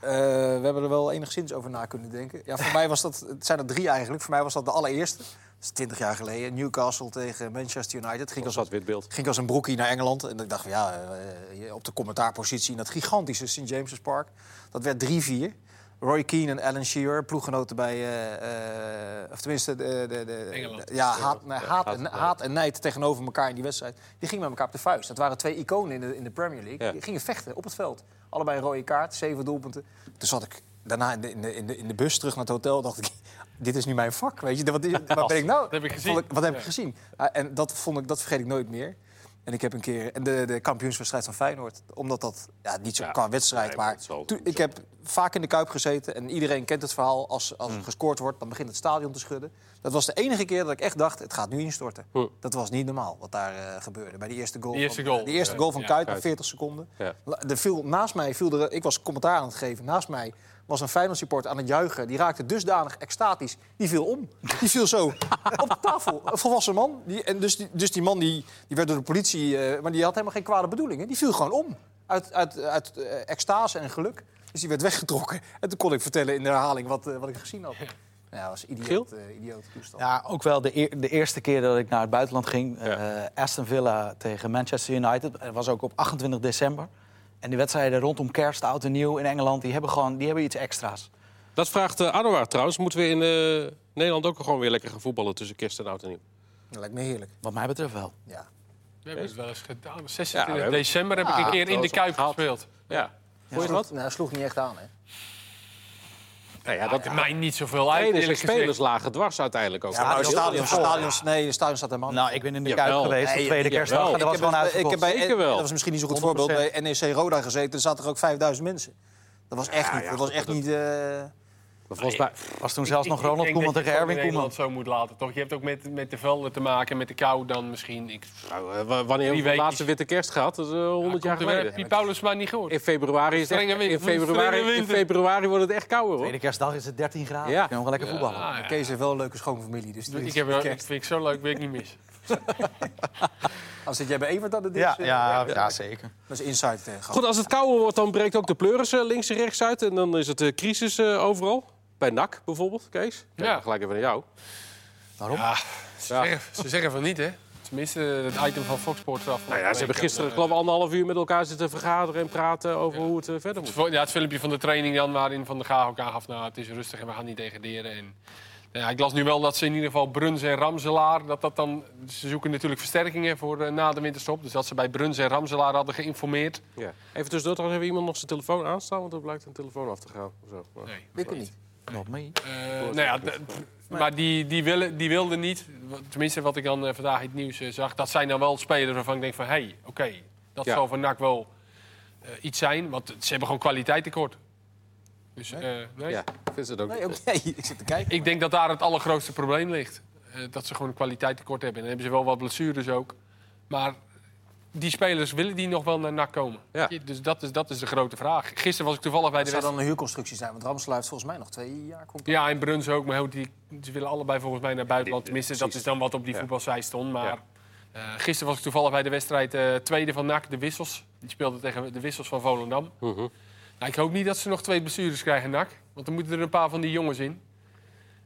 B: Eh, we hebben er wel enigszins over na kunnen denken. Ja, voor mij was dat, het zijn er drie eigenlijk. Voor mij was dat de allereerste. Dat is twintig jaar geleden. Newcastle tegen Manchester United. Ging
A: Of
B: als,
A: zat witbeeld?
B: ging als een broekie naar Engeland. En ik dacht, van, ja, eh, je op de commentaarpositie in dat gigantische St. James's Park. Dat werd 3-4. Roy Keane en Alan Shearer, ploeggenoten bij... eh, eh, of tenminste, de, de, de,
D: Engeland.
B: ja, haat, nee, haat,
A: haat
B: en,
A: en
B: haat en nijd tegenover elkaar in die wedstrijd. Die gingen met elkaar op de vuist. Dat waren twee iconen in de, in de Premier League.
A: Ja.
B: Die gingen vechten op het veld. Allebei een rode kaart, zeven doelpunten. Toen zat ik daarna in de, in de, in de, in de bus terug naar het hotel. dacht ik, dit is nu mijn vak. Weet je, wat, is- wat ben ik nou?
D: Dat heb ik gezien.
B: Vond wat heb ik gezien? Ah, en dat, vond ik, dat vergeet ik nooit meer. En ik heb een keer en de, de kampioenswedstrijd van Feyenoord. Omdat dat ja, niet zo
A: Ja,
B: qua wedstrijd,
A: nee, maar
B: maar
A: het zal-
B: toen- ik heb vaak in de Kuip gezeten. En iedereen kent het verhaal. Als, als
D: Mm.
B: er gescoord wordt, dan begint het stadion te schudden. Dat was de enige keer dat ik echt dacht, het gaat nu instorten.
A: Hm.
B: Dat was niet normaal wat daar eh, gebeurde. Bij die eerste goal
D: Die eerste
B: van,
D: goal.
B: de eerste
D: Ja,
B: goal van
D: ja,
B: Kuit na
A: Kuit.
B: 40 seconden.
A: Ja.
B: La- Er viel, naast mij viel er, ik was commentaar aan het geven. Naast mij was een Feyenoord supporter aan het juichen. Die raakte dusdanig extatisch. Die viel om. Die viel zo op de tafel. Een volwassen man. Die, en dus, die, dus die man die, die werd door de politie... eh, maar die had helemaal geen kwade bedoelingen. Die viel gewoon om. Uit, uit, uit eh, extase en geluk. Dus die werd weggetrokken. En toen kon ik vertellen in de herhaling wat, eh, wat ik gezien had. Ja, dat was
A: Giel?
B: een idioot, eh, idiote toestand.
C: Ja, ook wel de, eer- de eerste keer dat ik naar het buitenland ging. eh, Aston Villa tegen Manchester United. Dat was ook op 28 december. En die wedstrijden rondom kerst, oud en nieuw in Engeland... die hebben, gewoon, die hebben iets extra's.
A: Dat vraagt eh, Anouar trouwens. Moeten we in eh, Nederland ook gewoon weer lekker gaan voetballen tussen kerst en oud en nieuw?
B: Dat lijkt me heerlijk.
C: Wat mij betreft wel.
B: Ja.
D: We hebben het wel eens gedaan.
A: Ja,
D: 26
A: we hebben-
D: december heb
B: Ja,
D: ik een keer in
A: dat
D: de
A: is
D: Kuip
A: gehad.
D: gespeeld.
A: Ja.
B: Vond je dat? Nou, sloeg niet echt aan, hè?
A: Nou ja,
D: Dat
A: dat
D: mij niet zoveel uit,
A: trainers en
D: eerlijk gezegd.
A: spelers lagen dwars uiteindelijk ook.
B: Ja, maar
C: dat
B: stadion,
C: is wel-
B: stadion, nee, de stadion staat helemaal
C: Nou, ik ben in de
A: Jawel.
C: Kuip geweest op
B: Nee,
C: tweede
A: jawel.
C: kerstdag. en
A: Ik
C: Dat was gewoon
B: bij- ik heb
C: uitverkocht.
B: bij,
A: Zeker wel.
B: Dat was misschien niet zo'n goed voorbeeld. E Bij NEC Roda gezeten, er zaten er ook 5000 mensen. Dat was echt,
A: Ja,
B: niet,
A: ja,
B: dat was
A: goed,
B: echt
A: dat-
B: niet... eh,
A: Dat was bij...
C: Was toen zelfs
D: Ik-
C: nog
D: ik- ik
C: Ronald
D: denk
C: Koeman
D: dat je
C: tegen
D: het
C: Erwin
D: in
C: Koeman.
D: Nederland zo moet laten, toch? Je hebt ook met, met de velden te maken, met de kou dan misschien. Ik,
A: Nou, eh, wa- wanneer
D: Wie
A: hebben we de
D: weet
A: laatste
D: is-
A: witte kerst gehad? Dat is eh, 100 jaar geleden.
D: Piet Paulus maar niet gehoord.
A: In februari, is het echt-
D: Strenge win-
A: in, februari,
D: strenge
A: in
D: winter.
A: februari wordt het echt kouder, hoor.
C: Tweede kerstdag is het 13 graden.
A: Ja.
C: Ja. Kunnen we wel lekker voetballen.
D: Ah, ja.
B: Kees heeft wel een leuke schoonfamilie. Dus
D: Ik
B: dit-
D: heb,
B: dit
D: ik
B: kerst.
D: vind ik zo leuk, weet ik niet mis.
B: Als zit jij bij Evert dat het is, eh,
C: zeker.
B: dat is insight eh, tegen.
A: Goed, als het kouder wordt, dan breekt ook de pleuris eh, links en rechts uit. En dan is het eh, crisis eh, overal. Bij NAC bijvoorbeeld, Kees. Ja.
D: Ja.
A: Gelijk even naar jou.
C: Waarom?
D: Ja, ze,
A: Ja.
D: Zeggen, ze zeggen van niet, hè? Tenminste, het item van Fox Sports af.
A: Nou ja, ze hebben gisteren geloof ik anderhalf uur met elkaar zitten vergaderen en praten over hoe het eh, verder moet.
D: Ja, het filmpje van de training dan, waarin Van der Gaag ook aangaf... nou, het is rustig en we gaan niet degraderen. En, nou ja, ik las nu wel dat ze in ieder geval Bruns en Ramselaar... Dat dat dan, ze zoeken natuurlijk versterkingen voor eh, na de winterstop. Dus dat ze bij Bruns en Ramselaar hadden geïnformeerd.
A: Ja. Even tussendoor, trouwens, hebben we iemand nog zijn telefoon aanstaan? Want er blijkt een telefoon af te gaan. Of zo. Maar-
D: Nee,
B: Weet ik niet.
C: Not me.
D: Eh, nou ja, d- d- maar die, die, willen, die wilden niet, wa- tenminste wat ik dan eh, vandaag in het nieuws eh, zag, dat zijn dan wel spelers waarvan ik denk van hé, hey, oké, dat
A: Ja.
D: zal van NAC wel eh, iets zijn, want ze hebben gewoon kwaliteit tekort. Dus, eh, nee.
A: Ja, vindt ze het ook.
B: Nee, ook nee. Ik zit te kijken.
D: Ik denk dat daar het allergrootste probleem ligt. Eh, dat ze gewoon een kwaliteit tekort hebben. En dan hebben ze wel wat blessures ook. Maar die spelers willen die nog wel naar NAC komen.
A: Ja.
D: Weet je, Dus dat is, dat is de grote vraag. Gisteren was ik toevallig bij de
B: Het zou
D: wedstrijd.
B: dan een huurconstructie zijn, want Ramselaar heeft volgens mij nog twee jaar contract.
D: Ja, en Bruns ook. Maar heel die, ze willen allebei volgens mij naar buitenland. Tenminste, dat
A: precies.
D: is dan wat op die
A: Ja.
D: voetbalzij stond. Maar
A: Ja.
D: eh, gisteren was ik toevallig bij de wedstrijd eh, tweede van NAC, de Wissels. Die speelden tegen de Wissels van Volendam. Nou, ik hoop niet dat ze nog twee blessures krijgen, NAC. Want dan moeten er een paar van die jongens in.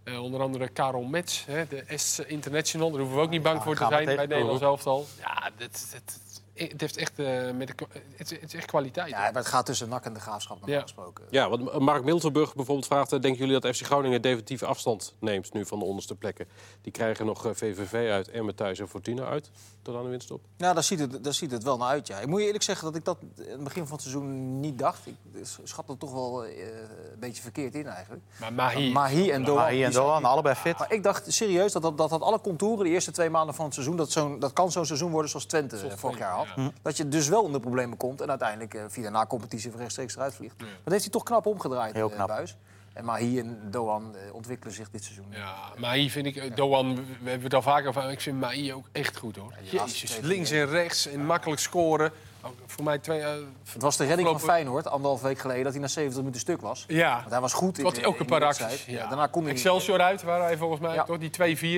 D: Eh, onder andere Karel Mets, hè, de S International. Daar hoeven we ook niet bang
C: Ja,
D: voor te
C: gaan we
D: zijn bij
C: tegen-
D: Nederland zelf al. Ja, dit, dit, het, heeft echt, eh, met de, kwa- het, het is echt kwaliteit.
B: Ja, maar het gaat tussen NAC en de Graafschap normaal
D: Ja.
B: gesproken.
A: Ja, want Mark Miltenburg bijvoorbeeld vraagt... eh, denken jullie dat FC Groningen definitief afstand neemt nu van de onderste plekken? Die krijgen nog eh, VVV uit, Emmen thuis en Fortuna uit. Tot aan de winst op.
B: Nou, daar ziet, het, daar ziet het wel naar uit, ja. Ik moet je eerlijk zeggen dat ik dat in het begin van het seizoen niet dacht. Ik schat het toch wel eh, een beetje verkeerd in eigenlijk.
D: Maar Mahi,
B: Mahi en Doan.
C: Mahi en
B: die zijn-
C: Doan, allebei fit.
B: Maar ik dacht serieus dat dat, dat had alle contouren de eerste twee maanden van het seizoen... dat, zo'n dat kan zo'n seizoen worden zoals Twente eh, vorig jaar had. Dat je dus wel onder problemen komt en uiteindelijk eh, via de na-competitie weer rechtstreeks eruit vliegt. Maar dat heeft hij toch knap omgedraaid,
C: Heel
B: eh,
C: knap.
B: Buijs. En Mahi en Doan eh, ontwikkelen zich dit seizoen.
D: Ja, Maï vind ik, eh, Doan, we hebben het al vaker van. Ik vind Maï ook echt goed hoor.
B: laatste
D: Jezus,
B: twee,
D: links en rechts en makkelijk scoren. Ook voor mij twee. eh,
B: Het was de redding van
D: Afgelopen-
B: Feyenoord, anderhalf week geleden... dat hij na 70 minuten stuk was.
D: ja,
B: Want hij was goed in
D: wat hij
B: de-
D: ook
B: in
D: een
B: die
D: paar
B: wedstrijd.
D: acties.
B: Ja, daarna kon hij niet.
D: Excelsior uit, waren hij volgens mij
B: Ja.
D: toch? Die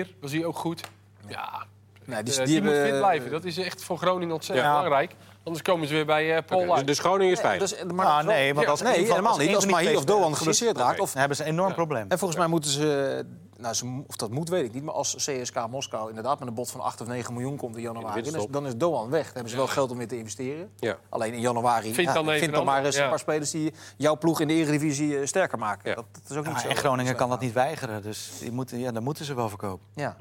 D: 2-4 was hij ook goed. Ja,
B: Nee,
D: dus
B: die,
D: die,
B: die
D: moet
B: hebben- eh,
D: fit blijven. Dat is echt voor Groningen ontzettend
C: Ja.
D: belangrijk. Anders komen ze weer bij eh, Paul
A: Dus,
D: uit.
A: dus Groningen is
B: Nee,
A: veilig.
B: dat is- maar
C: Ah,
B: dat is wel-
C: nee, want
D: Ja,
C: als
B: nee,
C: één van-
B: helemaal
C: één
B: niet.
C: van
B: Als
C: die
B: Mahi
C: twee
B: of Doan
C: spelers-
B: geblesseerd raakt.
C: Dan
B: Of,
C: hebben ze een enorm probleem.
B: en volgens mij moeten ze, nou, ze- of dat moet weet ik niet, maar als CSK Moskou inderdaad met een bod van 8 of 9 miljoen komt in januari,
A: In de
B: dan is, dan is Doan weg. Dan hebben ze wel geld om weer te investeren.
A: Ja.
B: Alleen in januari
D: Vind dan even
B: vind
D: een
B: dan maar
D: ander,
B: eens
D: ja.
B: een paar spelers die jouw ploeg in de Eredivisie eh, sterker maken.
A: Ja.
B: Dat, dat is ook niet
C: Ja,
B: zo.
C: en Groningen kan dat niet weigeren, dus die moeten, ja, dan moeten ze wel verkopen.
B: Ja,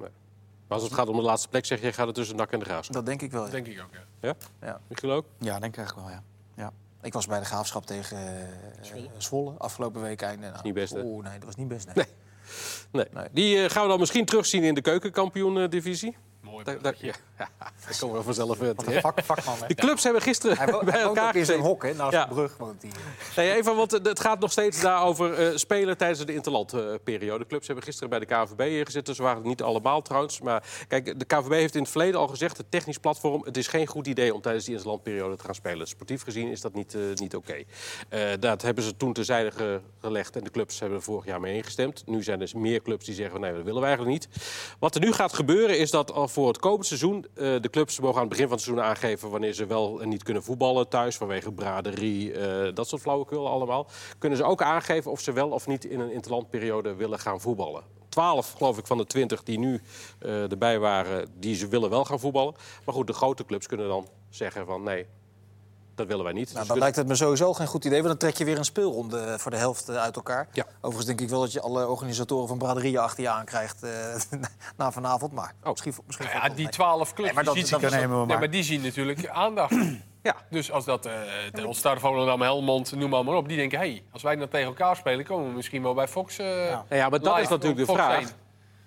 A: Maar als het gaat om de laatste plek, zeg je, gaat het tussen Nak en de Graafschap.
B: dat denk ik wel. ja.
D: Denk ik ook. Ja.
A: Ja?
B: Ja.
A: Michiel ook?
C: Ja, denk ik eigenlijk wel, ja.
B: Ik was bij de graafschap tegen eh, Zwolle. afgelopen week. En, eh,
A: niet best, hè?
B: Oeh, nee, dat was niet best. Nee.
A: Nee.
B: Nee.
A: Die eh, gaan we dan misschien terugzien in de keukenkampioen-divisie.
D: Mooi.
A: Daar, daar, ja, daar komen we vanzelf weer terecht.
B: Vak, vakman, hè?
A: De clubs hebben gisteren
B: Hij, wo-
A: bij
B: hij woont
A: elkaar
B: ook in zijn
A: gezeten.
B: hok, hè, naast
A: Ja.
B: de brug. Want die, eh,
A: Nee, even, want het gaat nog steeds daarover eh spelen tijdens de interlandperiode. Clubs hebben gisteren bij de KVB gezeten. dus Ze waren het niet allemaal trouwens. Maar kijk, de KVB heeft in het verleden al gezegd, het technisch platform... het is geen goed idee om tijdens die interlandperiode te gaan spelen. Sportief gezien is dat niet, eh, niet oké. Eh, dat hebben ze toen terzijde ge- gelegd en de clubs hebben er vorig jaar mee ingestemd. Nu zijn er meer clubs die zeggen, nee, dat willen we eigenlijk niet. Wat er nu gaat gebeuren is dat al voor het komend seizoen... eh, de clubs mogen aan het begin van het seizoen aangeven... wanneer ze wel en niet kunnen voetballen thuis vanwege braderie, eh, dat soort flauwekul allemaal. Kunnen ze ook aangeven of ze wel of niet in een interlandperiode willen gaan voetballen. 12, geloof ik, van de 20 die nu eh, erbij waren, die ze willen wel gaan voetballen. Maar goed, de grote clubs kunnen dan zeggen van nee, dat willen wij niet. Dus
B: Nou,
A: ze
B: dan
A: kunnen-
B: lijkt het me sowieso geen goed idee, want dan trek je weer een speelronde eh, voor de helft eh, uit elkaar.
A: Ja.
B: Overigens denk ik wel dat je alle organisatoren van braderieën achter je aankrijgt eh, na vanavond. Maar
A: Oh.
B: misschien, misschien
D: Nou
B: valt
D: ja,
B: het
D: die
B: mee.
D: 12 clubs
B: Nee, maar
D: die
B: dat-
D: ziet
B: dat
D: die-
B: is-
C: nemen we
D: Nee,
C: maar.
D: maar die zien natuurlijk aandacht.
A: Ja.
D: Dus als dat eh de Olstar, Volendam, Helmond, noem maar, maar op. Die nou denken, hé, hey, als wij dan tegen elkaar spelen... komen we misschien wel bij Fox eh,
A: Nou ja, maar dat
D: live
A: is natuurlijk
D: op
A: de
D: Fox
A: vraag.
D: 1.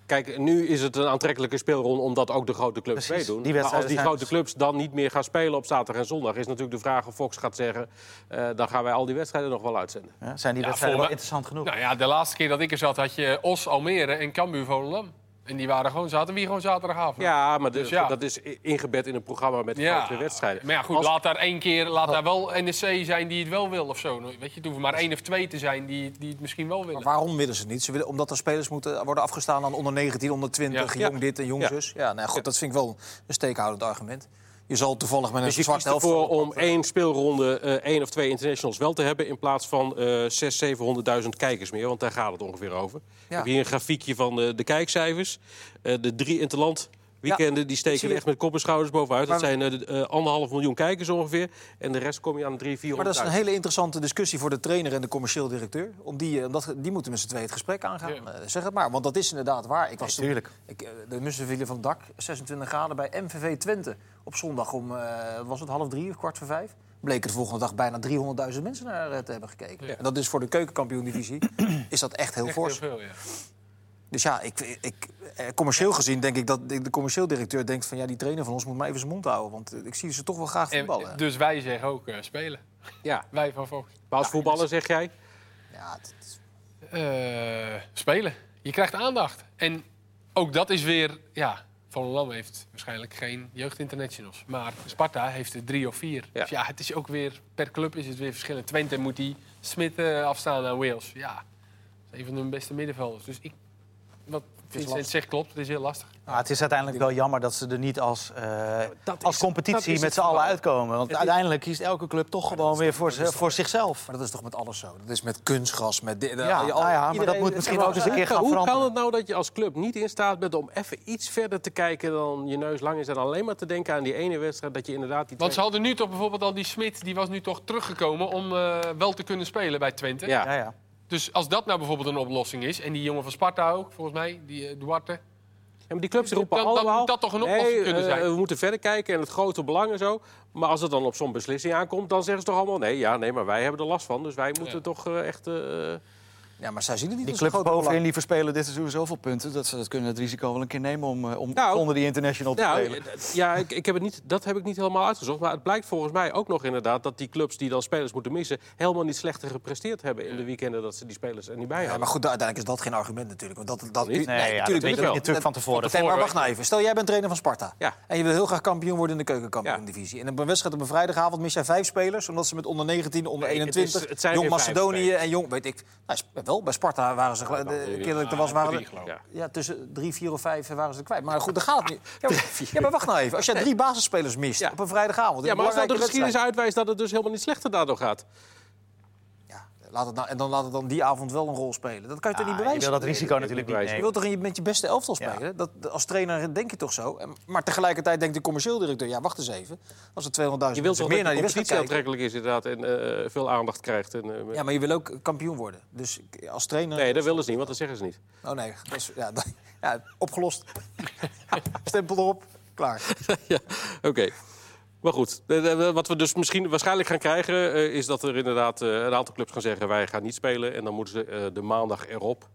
A: Kijk, nu is het een aantrekkelijke speelronde omdat ook de grote clubs
C: Precies,
A: meedoen.
C: die
A: maar als
C: wedstrijden
A: die
C: zijn
A: grote
C: dus-
A: clubs dan niet meer gaan spelen op zaterdag en zondag... is natuurlijk de vraag of Fox gaat zeggen... eh, dan gaan wij al die wedstrijden nog wel uitzenden.
C: Ja, zijn die
D: Ja,
C: wedstrijden
D: voor
C: wel
D: me-
C: interessant genoeg?
D: Nou ja, de laatste keer dat ik er zat had je Os, Almere en Cambuur Volendam. En die waren gewoon, zaten wie gewoon zaterdagavond.
A: Ja, maar
D: Dus
A: dus,
D: ja.
A: dat is i- ingebed in een programma met
D: Ja.
A: grote wedstrijden.
D: Maar ja, goed,
A: Als- Oh.
D: laat daar één keer, laat daar wel NEC zijn die het wel wil of zo. Nou, Weet je, het hoeven maar één of twee te zijn die, die het misschien wel
B: Maar
D: willen.
B: waarom willen ze het niet? Ze willen, omdat er spelers moeten worden afgestaan aan onder 19, onder 20,
A: Ja.
B: jong dit en jong
A: Ja.
B: zus. Ja, nou ja, goed, dat vind ik wel een steekhoudend argument. Je zal toevallig met een
A: Dus je
B: zwarte
A: kiest
B: helft...
A: ervoor om één speelronde eh, één of twee internationals wel te hebben... in plaats van eh 600.000, 700.000 kijkers meer, want daar gaat het ongeveer over. Ik heb hier een grafiekje van eh, de kijkcijfers. Eh, de drie interland weekenden die steken
B: zie
A: er
B: je.
A: echt met kop en schouders bovenuit. Dat
B: Maar-
A: zijn eh, de- eh, anderhalf miljoen kijkers ongeveer. En de rest kom je aan drie,
B: Maar dat is een
A: 400.000.
B: hele interessante discussie voor de trainer en de commercieel directeur. Om die, eh, omdat, die moeten met z'n tweeën het gesprek aangaan.
D: Ja.
B: Eh, zeg het maar, want dat is inderdaad waar. Ik was toen-
C: tuurlijk.
B: ik, eh, de mussen vielen van het dak, 26 graden bij MVV Twente. Op zondag om, eh, wat was het half drie of kwart voor vijf? Bleken de volgende dag bijna 300.000 mensen naar eh, te hebben gekeken. En dat is voor de keukenkampioen-divisie is dat echt heel
D: Echt
B: fors.
D: heel veel, ja.
B: Dus ja, ik, ik, eh, commercieel gezien denk ik dat de de commercieel directeur denkt van... ja, die trainer van ons moet maar even zijn mond houden. Want eh, ik zie ze toch wel graag voetballen.
D: En, dus wij zeggen ook eh, spelen.
A: Ja.
D: Wij van Fox.
A: Maar als voetballer zeg jij...
B: ja, het- het-
D: Eh, spelen. Je krijgt aandacht. En ook dat is weer, ja, Volendam heeft waarschijnlijk geen jeugdinternationals. Maar Sparta heeft er drie of vier.
A: Ja.
D: Dus ja, het is ook weer, per club is het weer verschillend. Twente moet die Smit eh, afstaan aan Wales. Ja, dat is een van hun beste middenvelders. Dus ik, wat Vincent
B: lastig.
D: zegt klopt, het is heel lastig.
C: Maar Ah, het is uiteindelijk wel jammer dat ze er niet als, eh,
A: dat
C: als
A: is- dat
C: competitie
A: is
C: met
A: het
C: z'n allen
A: verhaal.
C: uitkomen. Want uiteindelijk kiest elke club toch gewoon weer voor, ze- voor zichzelf.
B: maar dat is toch met alles zo? Dat is met kunstgras, met... dit- eh,
C: Ja,
B: al-
C: nou ja, maar
B: iedereen-
C: dat moet misschien ook eens een keer gaan
A: Eh, Hoe kan
C: veranderen.
A: het nou dat je als club niet in staat bent om even iets verder te kijken dan je neus lang is en alleen maar te denken aan die ene wedstrijd dat je inderdaad die
D: Want ze
A: twee-
D: hadden nu toch bijvoorbeeld al die Smit, die was nu toch teruggekomen om eh, wel te kunnen spelen bij Twente.
A: ja.
C: Ja, ja.
D: Dus als dat nou bijvoorbeeld een oplossing is, en die jongen van Sparta ook, volgens mij, die eh, Duarte.
A: Ja, maar die clubs
D: Dan-
A: roepen
D: dan
A: allemaal...
D: moet dat toch een oplossing
A: nee,
D: kunnen
A: eh,
D: zijn?
A: we moeten verder kijken en het grote belang en zo. Maar als het dan op zo'n beslissing aankomt, dan zeggen ze toch allemaal... nee, ja, nee, maar wij hebben er last van, dus wij moeten
D: Ja.
A: toch eh, echt... eh,
B: Ja, maar zij zien het niet
C: Die
B: als een
C: clubs
B: groot
C: bovenin
B: belang.
C: die verspelen dit seizoen zoveel punten... dat ze dat kunnen het risico wel een keer nemen om, eh, om
A: Nou,
C: onder die international te
A: nou,
C: spelen.
A: eh, ja, ik, ik heb het niet, dat heb ik niet helemaal uitgezocht. Maar het blijkt volgens mij ook nog inderdaad... dat die clubs die dan spelers moeten missen... helemaal niet slechter gepresteerd hebben in de weekenden... dat ze die spelers er niet bij
B: Ja,
A: hadden.
B: maar goed, da- uiteindelijk is dat geen argument natuurlijk. Want dat, dat,
A: Niet? Nee,
C: ja, dat weet
B: niet.
C: je wel. Natuurlijk van tevoren.
B: Nee, maar wacht nou even. Stel, jij bent trainer van Sparta.
A: Ja.
B: En je wil heel graag kampioen worden in de keukenkampioen-divisie. En op een wedstrijd op een vrijdagavond mis jij vijf spelers... omdat ze met onder 19, onder
A: Nee, het
B: 21,
A: is- het zijn
B: jong
A: weer vijf
B: Macedonië en jong... weet ik. Nou, sp- wel, bij Sparta waren ze... gel- de
A: dan-
B: keer dat ik er was, waren
D: drie,
B: er-
D: geloof
A: ik.
B: Ja, tussen drie, vier of vijf eh, waren ze er kwijt. Maar goed, daar gaat het niet. Ja, maar, ja, maar wacht nou even. Als jij drie basisspelers mist
A: Ja.
B: op een vrijdagavond... in
A: Ja,
B: een
A: maar als dat de
B: belangrijke
A: geschiedenis
B: wedstrijd,
A: uitwijst dat het dus helemaal niet slechter daardoor gaat.
B: Ja, laat het nou, en dan laat het dan die avond wel een rol spelen. Dat kan je toch niet
C: Ah, je
B: bewijzen? Dus
C: wil dat risico
A: Nee,
C: natuurlijk
A: dat
C: niet
A: wil ik
B: Je
C: nemen.
B: wilt toch je- met je beste elftal spelen? Dat, als trainer denk je toch zo? En- Maar tegelijkertijd denkt de commercieel directeur... ja, wacht eens even. Als er 200.000
A: Je
B: mensen
A: wilt toch
B: Dus meer
A: dat
B: naar
A: de
B: die wedstrijd
A: competitie
B: kijken...
A: aantrekkelijk is inderdaad en eh, veel aandacht krijgt. En, eh,
B: Ja, maar je wil ook kampioen worden. Dus k- als trainer...
A: Nee, dat willen ze niet, want dat zeggen ze niet.
B: Oh nee, dat is, ja, dat- ja, opgelost. Stempel erop, klaar.
A: Oké. Maar goed, eh, eh, wat we dus misschien waarschijnlijk gaan krijgen... eh, is dat er inderdaad eh, een aantal clubs gaan zeggen... wij gaan niet spelen en dan moeten ze eh, de maandag erop...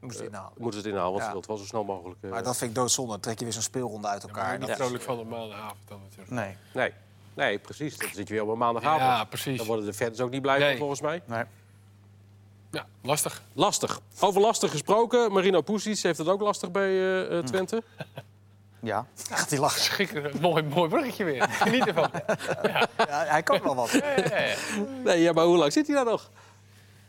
B: Moest dit nou.
A: moeten ze het inhalen, want
B: Ja.
A: ze willen het wel zo snel mogelijk... eh,
B: Maar dat vind ik doodzonde. Dan trek je weer zo'n speelronde uit elkaar.
D: Maar niet
B: Dat-
D: vrolijk van op maandagavond dan natuurlijk.
C: Nee.
A: nee. nee, precies. Dan zit je weer op een maandagavond.
D: Ja, precies.
A: Dan worden de fans ook niet blij van,
D: Nee.
A: volgens mij.
C: nee.
D: Ja, lastig.
A: Lastig. Over lastig gesproken, Marino Poesic heeft het ook lastig bij eh, eh, Twente.
C: Ja.
B: Gaat hij lachen.
D: Schrikker, mooi, mooi bruggetje weer. Geniet ervan.
B: Ja, hij kan wel wat.
A: Nee, ja, maar hoe lang zit hij daar nog?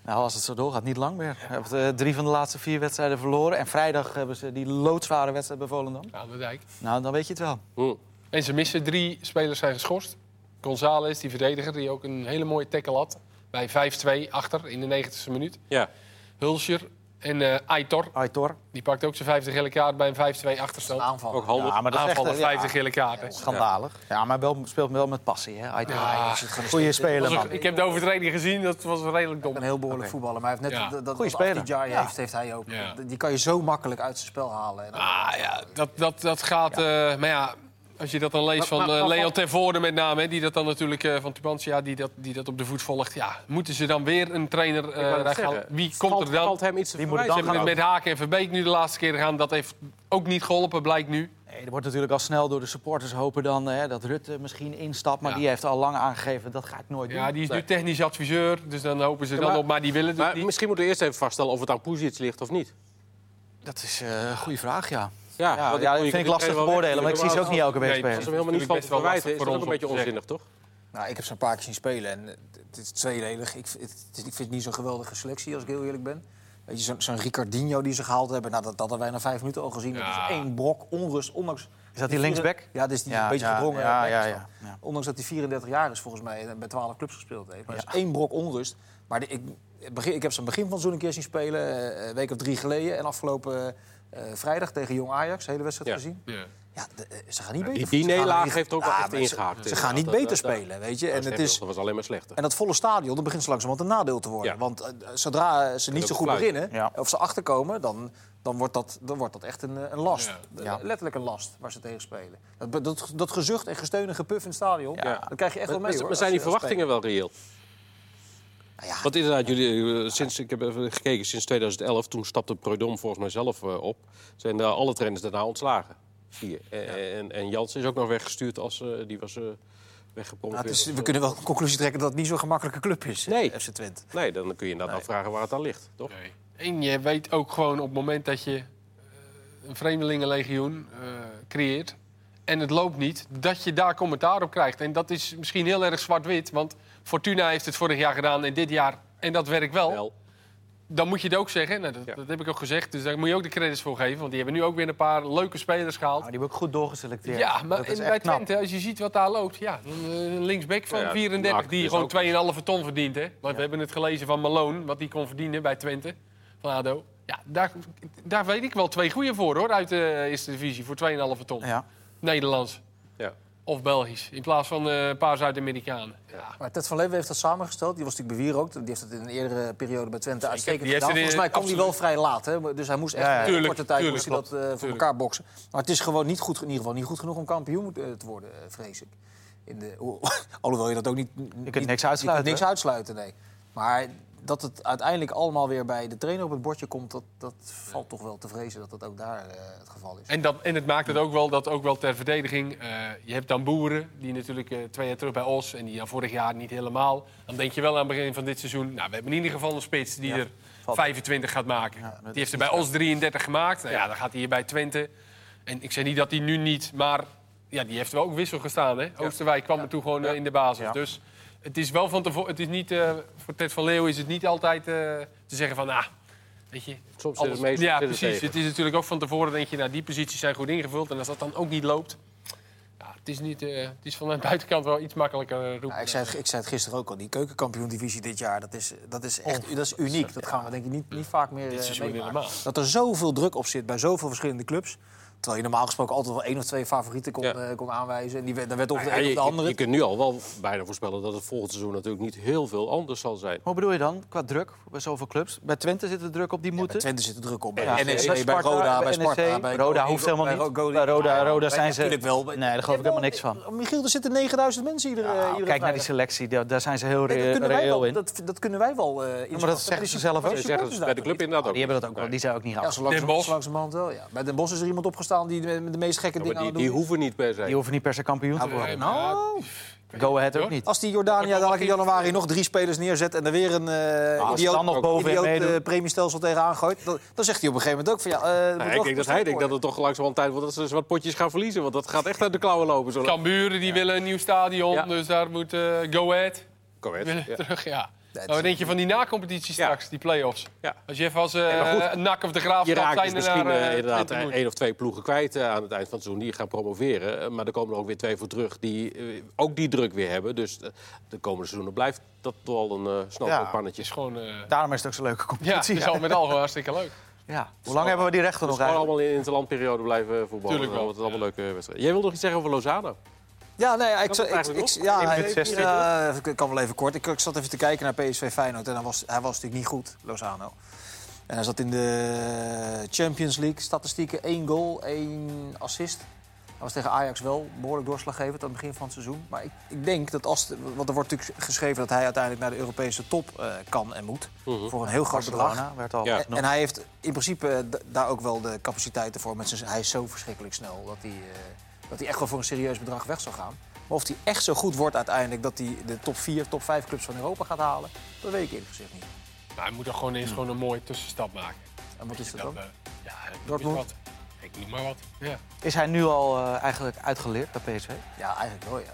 C: Nou, als het zo doorgaat, niet lang meer. We hebben eh, drie van de laatste vier wedstrijden verloren. En vrijdag hebben ze die loodzware wedstrijd bij Volendam.
D: Aan de dijk.
C: Nou, dan weet je het wel.
A: Hm.
D: En ze missen drie spelers zijn geschorst. González, die verdediger, die ook een hele mooie tackle had. Bij 5-2 achter in de 90ste minuut.
A: Ja.
D: Hulscher en eh Aitor,
C: Aitor.
D: die pakt ook zijn 50 gele kaart bij een 5-2 achterstand.
B: Aanval.
A: Ook handig.
C: maar
D: Aanvallen,
C: echt, eh,
D: 50 gele kaarten.
C: Schandalig. Ja, maar wel, speelt wel met passie, hè? Aitor.
D: Ja.
C: Goeie speler,
D: Dat was
C: man.
D: ook- Ik heb de overtreding gezien, dat was redelijk dom.
B: Een heel behoorlijk
C: Oké.
B: voetballer. Maar hij heeft net
D: Ja.
B: dat, dat
C: Goeie
B: wat
C: speler.
B: Afdijay
C: Ja.
B: heeft, heeft hij ook.
D: Ja.
B: Die kan je zo makkelijk uit zijn spel halen. En dan-
D: Ah ja, dat, dat, dat gaat... eh, maar ja, Als je dat dan leest van
A: Maar- maar-
D: eh,
A: maar-
D: Leon Tervoorde met name, hè, die dat dan natuurlijk eh, van Tubantia, die dat, die dat op de voet volgt. Ja, moeten ze dan weer een trainer eh
A: wou net
D: recht halen?
A: zeggen,
D: Wie komt
A: Valt,
D: er dan?
A: valt hem iets te
C: Wie moet het
D: Ze
A: verwijzen?
D: hebben het met Haken en Verbeek nu de laatste keer gedaan. Dat heeft ook niet geholpen, blijkt nu.
C: Nee, er wordt natuurlijk al snel door de supporters hopen dan hè, dat Rutte misschien instapt. Maar
D: Ja.
C: die heeft al lang aangegeven, dat ga ik nooit doen.
D: Ja, die is nu technisch adviseur, dus dan hopen ze
A: Ja,
D: dan
A: maar-
D: op. Maar die willen het
A: Maar
D: niet.
A: misschien moeten we eerst even vaststellen of het aan Poesiets ligt of niet.
C: Dat is eh, een goede vraag, ja.
A: Ja,
C: ja,
A: want
C: ja dat
A: je-
C: vind ik
A: je
C: lastig
A: kan
C: te
A: wel weten
C: beoordelen, want ik zie ze ook niet elke week
D: Nee,
A: Als
C: spelen.
A: we hem helemaal niet van
D: Natuurlijk best wel
A: verwijten, is
D: lastig
A: dat ook een
D: voor
A: beetje
D: ons om
A: onzinnig,
D: te
A: toch?
B: Nou, ik heb ze een paar keer zien spelen en eh, het is tweeledig. Ik, v- het, het- ik vind het niet zo'n geweldige selectie, als ik heel eerlijk ben. Weet je, zo'n zo'n Ricardinho die ze gehaald hebben, nou, dat, dat hadden wij na vijf minuten al gezien.
D: Ja.
B: Dat is één brok, onrust, ondanks...
C: Is dat die linksback?
B: Ja, dat is die
C: Ja,
B: een beetje
C: ja,
B: gedrongen.
C: ja,
B: eh,
C: ja,
B: rechtsback.
C: ja, ja.
B: Ondanks dat hij 34 jaar is volgens mij en bij 12 clubs gespeeld heeft. Maar dat is één brok onrust. Maar de- ik, het begin, ik heb ze aan het begin van zo'n keer zien spelen, eh, een week of drie geleden. En afgelopen eh, vrijdag tegen Jong Ajax, de hele wedstrijd
A: Ja.
B: gezien.
D: Ja.
B: Ja, de- eh, ze gaan niet
A: Die
B: beter
A: die
B: ze gaan
A: nederlaag
B: niet-
A: heeft er ook wel
B: Ja,
A: echt
B: maar ze-
A: ingehaakt. dus
B: Ze gaan niet beter spelen, weet je. En het is...
A: Dat was alleen maar slechter.
B: En dat volle stadion, dat begint ze langzamerhand een nadeel te worden.
A: Ja.
B: Want eh, zodra eh, ze niet
A: ook
B: zo goed
A: fluiten.
B: beginnen,
C: Ja.
B: of ze achterkomen, dan, dan, wordt dat, dan wordt dat echt een, eh, een last.
D: Ja.
B: Eh,
C: Ja.
B: Letterlijk een last waar ze tegen spelen. Dat, be- dat, dat gezucht en gesteun en gepuf in het stadion,
A: Ja.
B: dat krijg je echt wel mee.
A: Maar-
B: hoor,
A: Maar
B: als
A: zijn die
B: je- als
A: verwachtingen wel reëel?
B: speler. Nou ja,
A: Want inderdaad, jullie, eh, sinds, ik heb even gekeken, sinds 2011, toen stapte Prodom volgens mij zelf eh, op, zijn eh, alle trainers daarna ontslagen. Vier. En, en, en Jans is ook nog weggestuurd als eh, die was eh
B: nou,
A: weggepromoveerd.
B: het is-
A: of eh,
B: we
A: zo.
B: kunnen wel een conclusie trekken dat het niet zo'n gemakkelijke club is, eh,
A: Nee.
B: FC Twente.
A: Nee, dan kun je inderdaad afvragen waar het aan ligt, toch?
D: Nee. En je weet ook gewoon op het moment dat je eh, een vreemdelingenlegioen eh, creëert en het loopt niet, dat je daar commentaar op krijgt. En dat is misschien heel erg zwart-wit, want Fortuna heeft het vorig jaar gedaan en dit jaar, en dat werkt wel.
A: Wel.
D: Dan moet je het ook zeggen, nou, dat,
A: Ja.
D: dat heb ik ook gezegd, dus daar moet je ook de credits voor geven, want die hebben nu ook weer een paar leuke spelers gehaald.
C: Maar die hebben ook goed doorgeselecteerd.
D: Ja, maar
C: dat
D: en
C: is
D: bij
C: echt knap.
D: Twente, als je ziet wat daar loopt, ja, dan, eh, een linksback van
A: Ja, ja,
D: 34
A: Mark
D: die
A: is ook-
D: gewoon 2,5 ton verdient. Hè? Want we hebben het gelezen van Malone, wat die kon verdienen bij Twente, van ADO. Ja, daar, daar weet ik wel twee goede voor, hoor, uit de eerste divisie, voor 2,5 ton.
C: Ja.
D: Nederlands
A: Ja.
D: of Belgisch, in plaats van eh, een paar Zuid-Amerikanen. Ja.
B: Maar Ted van Leeuwen heeft dat samengesteld. Die was natuurlijk bewier ook. Die heeft het in een eerdere periode bij Twente uitstekend
D: Die heeft
B: gedaan.
D: het in-
B: Volgens mij kwam hij wel vrij laat. Hè? Dus hij moest echt
C: Ja, ja.
B: in
D: Tuurlijk,
B: korte tijd
D: tuurlijk,
B: moest hij dat
D: klopt.
B: eh, voor
D: Tuurlijk.
B: elkaar boksen. Maar het is gewoon niet goed, in ieder geval niet goed genoeg om kampioen eh, te worden, eh, vrees ik. In de, ho- alhoewel je dat ook niet... Je
C: niks uitsluiten,
B: Je kunt
C: hè?
B: niks uitsluiten, nee. Maar dat het uiteindelijk allemaal weer bij de trainer op het bordje komt... dat, dat valt toch wel te vrezen dat dat ook daar eh, het geval is.
D: En, dat, en het maakt het ook wel dat ook wel ter verdediging. eh, je hebt dan Boeren, die natuurlijk eh, twee jaar terug bij Os en die dan vorig jaar niet helemaal. Dan denk je wel aan het begin van dit seizoen. Nou, we hebben in ieder geval een spits die er 25 gaat maken. die heeft er bij Os 33 gemaakt. Nou, ja, dan gaat hij hier bij Twente. En ik zeg niet dat hij nu niet, maar ja, die heeft wel ook wissel gestaan. Hè? Oosterwijk kwam er toen gewoon eh, in de basis.
C: Ja.
D: Dus het is wel van tevoren. Het is niet eh, voor Ted van Leeuwen is het niet altijd eh, te zeggen van, ah, weet je,
A: Soms zit
D: alles-
A: het meestal
D: ja,
A: zit het
D: precies.
A: tegen.
D: Het is natuurlijk ook van tevoren denk je, nou, die posities zijn goed ingevuld. En als dat dan ook niet loopt, ja, het, is niet, eh, het is van de buitenkant wel iets makkelijker eh, roepen.
B: Nou, ik, zei het, ik zei het gisteren ook al, die keukenkampioen-divisie dit jaar, dat is, dat is echt
C: Oh,
B: dat is uniek. Dat gaan we denk ik niet,
C: Mm.
B: niet vaak meer eh,
D: seizoen
B: meemaken.
D: helemaal.
B: Dat er zoveel druk op zit bij zoveel verschillende clubs. Terwijl je normaal gesproken altijd wel één of twee favorieten kon,
A: Ja.
B: eh, kon aanwijzen. En die werd, dan werd of de
A: Ja,
B: een
A: je,
B: of de andere.
A: je- je kunt nu al wel bijna voorspellen dat het volgend seizoen natuurlijk niet heel veel anders zal zijn.
C: Hoe bedoel je dan, qua druk bij zoveel clubs? Bij Twente zit er druk op die
B: Bij
C: moeten.
B: Twente zit er druk op. Bij
C: Ja,
B: NEC,
C: Sparta,
B: bij Roda, bij
C: NEC.
B: Sparta. Bij
C: Roda
B: Go-
C: hoeft
B: Go-
C: helemaal
B: bij
C: niet.
B: Go-
C: Bij Roda-
B: Ja,
C: Roda
B: bij-
C: zijn ze-
B: Natuurlijk wel. bij-
C: Nee, daar geloof ik helemaal niks van.
B: Michiel, er zitten 9000 mensen iedere,
C: Nou,
B: iedere
C: kijk naar die eh,
B: vrijdag.
C: selectie, daar, daar zijn ze heel
B: Nee,
C: re-
B: dat, kunnen wij
C: reëel
B: wel,
C: in.
B: dat, dat kunnen wij wel. eh, inschatten.
C: dat zeggen
B: die
C: ze zelf ook.
B: supporters
A: Ze zeggen dat bij de
B: daar
A: club
B: toch niet?
A: inderdaad ook.
C: Oh, die hebben dat ook wel, die zijn ook niet
B: Ja, zo
C: af.
D: Den Bosch.
B: langzamerhand, langzamerhand wel, ja. Bij Den Bos is er iemand opgestaan die de, de meest gekke
A: Ja,
B: dingen
A: maar die, die
B: aan het doen is.
A: hoeven niet per se.
C: Die hoeven niet per se kampioen te
D: Nee,
C: worden. Nou,
D: maar ja,
C: Go Ahead ook
D: Hoor.
C: niet.
B: Als die Jordania dadelijk in januari nog drie spelers neerzet... en er weer een
A: Ah,
B: eh
C: als ze dan nog bovenin
B: idioot eh,
C: meedoen.
B: premiestelsel tegenaan gooit... Dan, dan zegt hij op een gegeven moment ook van... ja, eh, het moet
A: Nou,
B: wel
A: ik denk dat hij denkt
B: gepast
A: dat
B: worden.
A: het toch langzamerhand tijd wordt dat ze eens wat potjes gaan verliezen. Want dat gaat echt uit de klauwen lopen. Zo
D: Camburen die willen een nieuw stadion,
A: Ja.
D: dus daar moet eh Go Ahead willen
A: Correct. Ja.
D: terug. Ja.
B: het
D: Maar wat
B: is-
D: denk je van die nacompetitie
A: Ja.
D: straks, die play-offs?
A: Ja.
D: Als je even als eh
A: maar goed,
D: NAC of de Graaf
A: Je
D: stapt,
A: raakt dus
D: zijn er
A: misschien
D: naar,
A: eh,
D: eh,
A: inderdaad
D: 20 miljoen.
A: één of twee ploegen kwijt eh, aan het eind van het seizoen. Die gaan promoveren. Eh, maar er komen er ook weer twee voor terug die eh, ook die druk weer hebben. Dus eh, de komende seizoenen blijft dat toch al een eh snel
C: Ja.
A: pannetje.
D: is gewoon... eh,
C: Daarom is het ook zo'n leuke
D: ja, het
C: competitie.
D: is al met al gewoon hartstikke leuk.
C: Ja. Hoe lang hebben we die rechten
A: Dus
C: nog
A: gewoon
C: eigenlijk?
A: allemaal in de interlandperiode blijven voetballen.
D: Tuurlijk wel,
A: Dat allemaal leuke wedstrijden. Jij wilde nog iets zeggen over Lozano?
B: Ja, nee, ik,
A: het
B: ik, ik,
A: eigenlijk nog?
B: ja,
A: Eén
B: hij-
A: minuut zestien.
B: ja, ik kan wel even kort. Ik, ik zat even te kijken naar PSV Feyenoord en hij was, hij was natuurlijk niet goed, Lozano. En hij zat in de Champions League statistieken. één goal, één assist. Hij was tegen Ajax wel behoorlijk doorslaggevend aan het begin van het seizoen. Maar ik, ik denk dat als... de- want er wordt natuurlijk geschreven dat hij uiteindelijk naar de Europese top eh, kan en moet.
A: Mhm.
B: Voor een heel groot bedrag.
C: Barcelona werd al
A: Ja.
B: En, en hij heeft in principe eh, da- daar ook wel de capaciteiten voor. Met zijn, hij is zo verschrikkelijk snel dat hij, eh, dat hij echt wel voor een serieus bedrag weg zou gaan. Maar of hij echt zo goed wordt uiteindelijk dat hij de top 4, top 5 clubs van Europa gaat halen, dat weet ik eerlijk gezegd niet.
D: Maar hij moet er gewoon eens gewoon een mooie tussenstap maken.
B: En wat is dat dan?
D: eh, ja, ik noem
B: Dortmund?
D: eens wat. Ik noem maar wat. Ja.
C: Is hij nu al eh, eigenlijk uitgeleerd bij PSV?
B: Ja, eigenlijk wel, ja.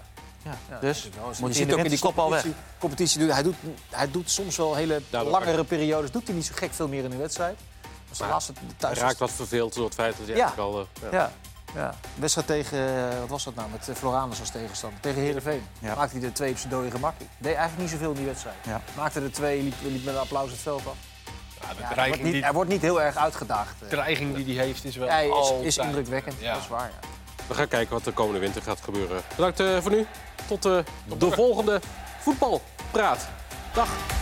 C: Ja.
B: Ja,
C: dus
B: eigenlijk wel. Je ziet
C: moet hij in de
B: ook die
C: winterstop al weg?
B: competitie- competitie doen. Hij doet, hij doet soms wel hele
A: dat
B: langere periodes. Doet hij niet zo gek veel meer in een wedstrijd. Maar zijn
A: Maar
B: laatste thuis
A: raakt wat verveeld door het feit dat hij
B: Ja.
A: eigenlijk al... eh, ja.
B: Ja. ja. Wedstrijd tegen, eh, wat was dat nou, met eh, Floranus als tegenstander. Tegen Heerenveen.
C: Ja.
B: Maakte hij er twee op zijn dode gemak. Deed eigenlijk niet zoveel in die wedstrijd.
C: Ja.
B: Maakte er twee, liep, liep met een applaus het veld af.
D: Ja, de
B: Ja, hij, wordt
D: dreiging,
B: niet,
D: die,
B: hij wordt niet heel erg uitgedaagd. eh.
D: dreiging die hij heeft is wel
B: Hij is,
D: altijd...
B: is indrukwekkend,
D: Ja.
B: dat is waar. Ja.
A: We gaan kijken wat de komende winter gaat gebeuren. Bedankt eh, voor nu. Tot eh, de volgende voetbalpraat. Dag.